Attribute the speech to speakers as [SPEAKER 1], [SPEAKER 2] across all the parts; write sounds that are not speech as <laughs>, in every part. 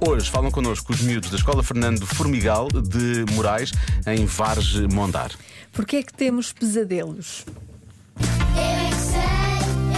[SPEAKER 1] Hoje falam connosco os miúdos da Escola Fernando Formigal de Moraes, em Varge Mondar.
[SPEAKER 2] Porquê é que temos pesadelos?
[SPEAKER 3] Eu é que sei,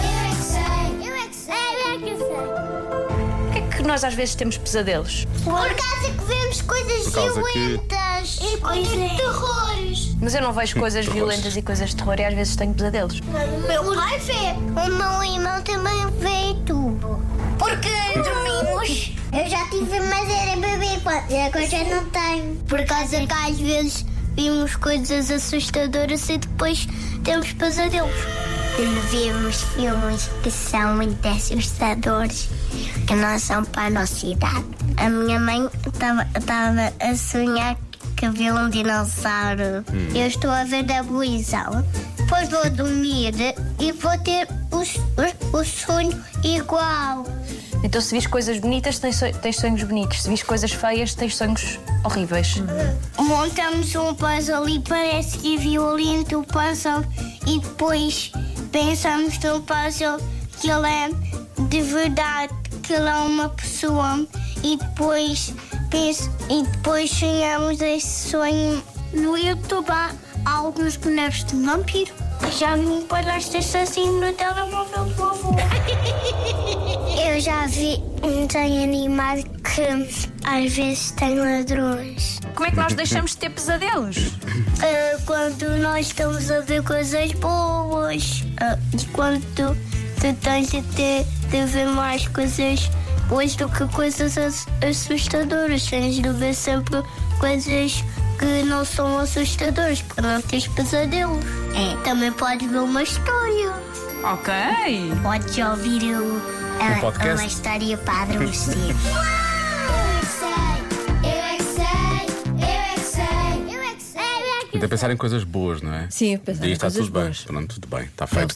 [SPEAKER 3] eu é que sei, eu é que sei, eu é que sei.
[SPEAKER 4] Porquê é que nós às vezes temos pesadelos?
[SPEAKER 3] Por causa que vemos coisas
[SPEAKER 1] Por causa que- É
[SPEAKER 3] violentas e coisas de terrores.
[SPEAKER 4] Mas eu não
[SPEAKER 1] <laughs>
[SPEAKER 4] vejo coisas
[SPEAKER 1] Terrores.
[SPEAKER 4] violentas e coisas de terror e às vezes tenho pesadelos.
[SPEAKER 3] O meu pai vê. O meu irmão também vê tubo. Porque dormimos. Eu já tive, mas era bebê, e agora já não tenho. Por causa que às vezes vimos coisas assustadoras e depois temos pesadelos. Vemos filmes que são muito assustadores, que não são para a nossa idade. A minha mãe estava a sonhar que viu um dinossauro. Eu estou a ver da buizão. Depois vou dormir e vou ter o, s- o, o sonho igual.
[SPEAKER 4] Então se vis coisas bonitas, tens, so- tens sonhos bonitos. Se vis coisas feias, tens sonhos horríveis.
[SPEAKER 2] Uhum.
[SPEAKER 3] Montamos um puzzle e parece que é violento o puzzle e depois pensamos num puzzle que ele é de verdade, que ele é uma pessoa e depois penso, e depois sonhamos esse sonho. No YouTube há alguns bonecos de vampiro. Já me paraste assim no telemóvel do avô. <laughs> Eu já vi um desenho animado que às vezes tem ladrões.
[SPEAKER 4] Como é que nós deixamos de ter pesadelos?
[SPEAKER 3] Ah, quando nós estamos a ver coisas boas. Ah, e quando tu, tu tens de, ter, de ver mais coisas boas do que coisas ass- assustadoras. Tens de ver sempre coisas que não são assustadoras para não teres pesadelos. Também podes ver uma história.
[SPEAKER 4] Ok.
[SPEAKER 3] Podes ouvir o,
[SPEAKER 1] Um podcast? uma
[SPEAKER 3] história para adormecer. Eu é que sei, eu é que sei, eu é que sei, eu é que sei.
[SPEAKER 1] Até pensar em coisas boas, não é?
[SPEAKER 2] Sim, pensar
[SPEAKER 1] E
[SPEAKER 2] em
[SPEAKER 1] está
[SPEAKER 2] coisas
[SPEAKER 1] tudo bem.
[SPEAKER 2] boas.
[SPEAKER 1] Pronto, tudo bem, está feito.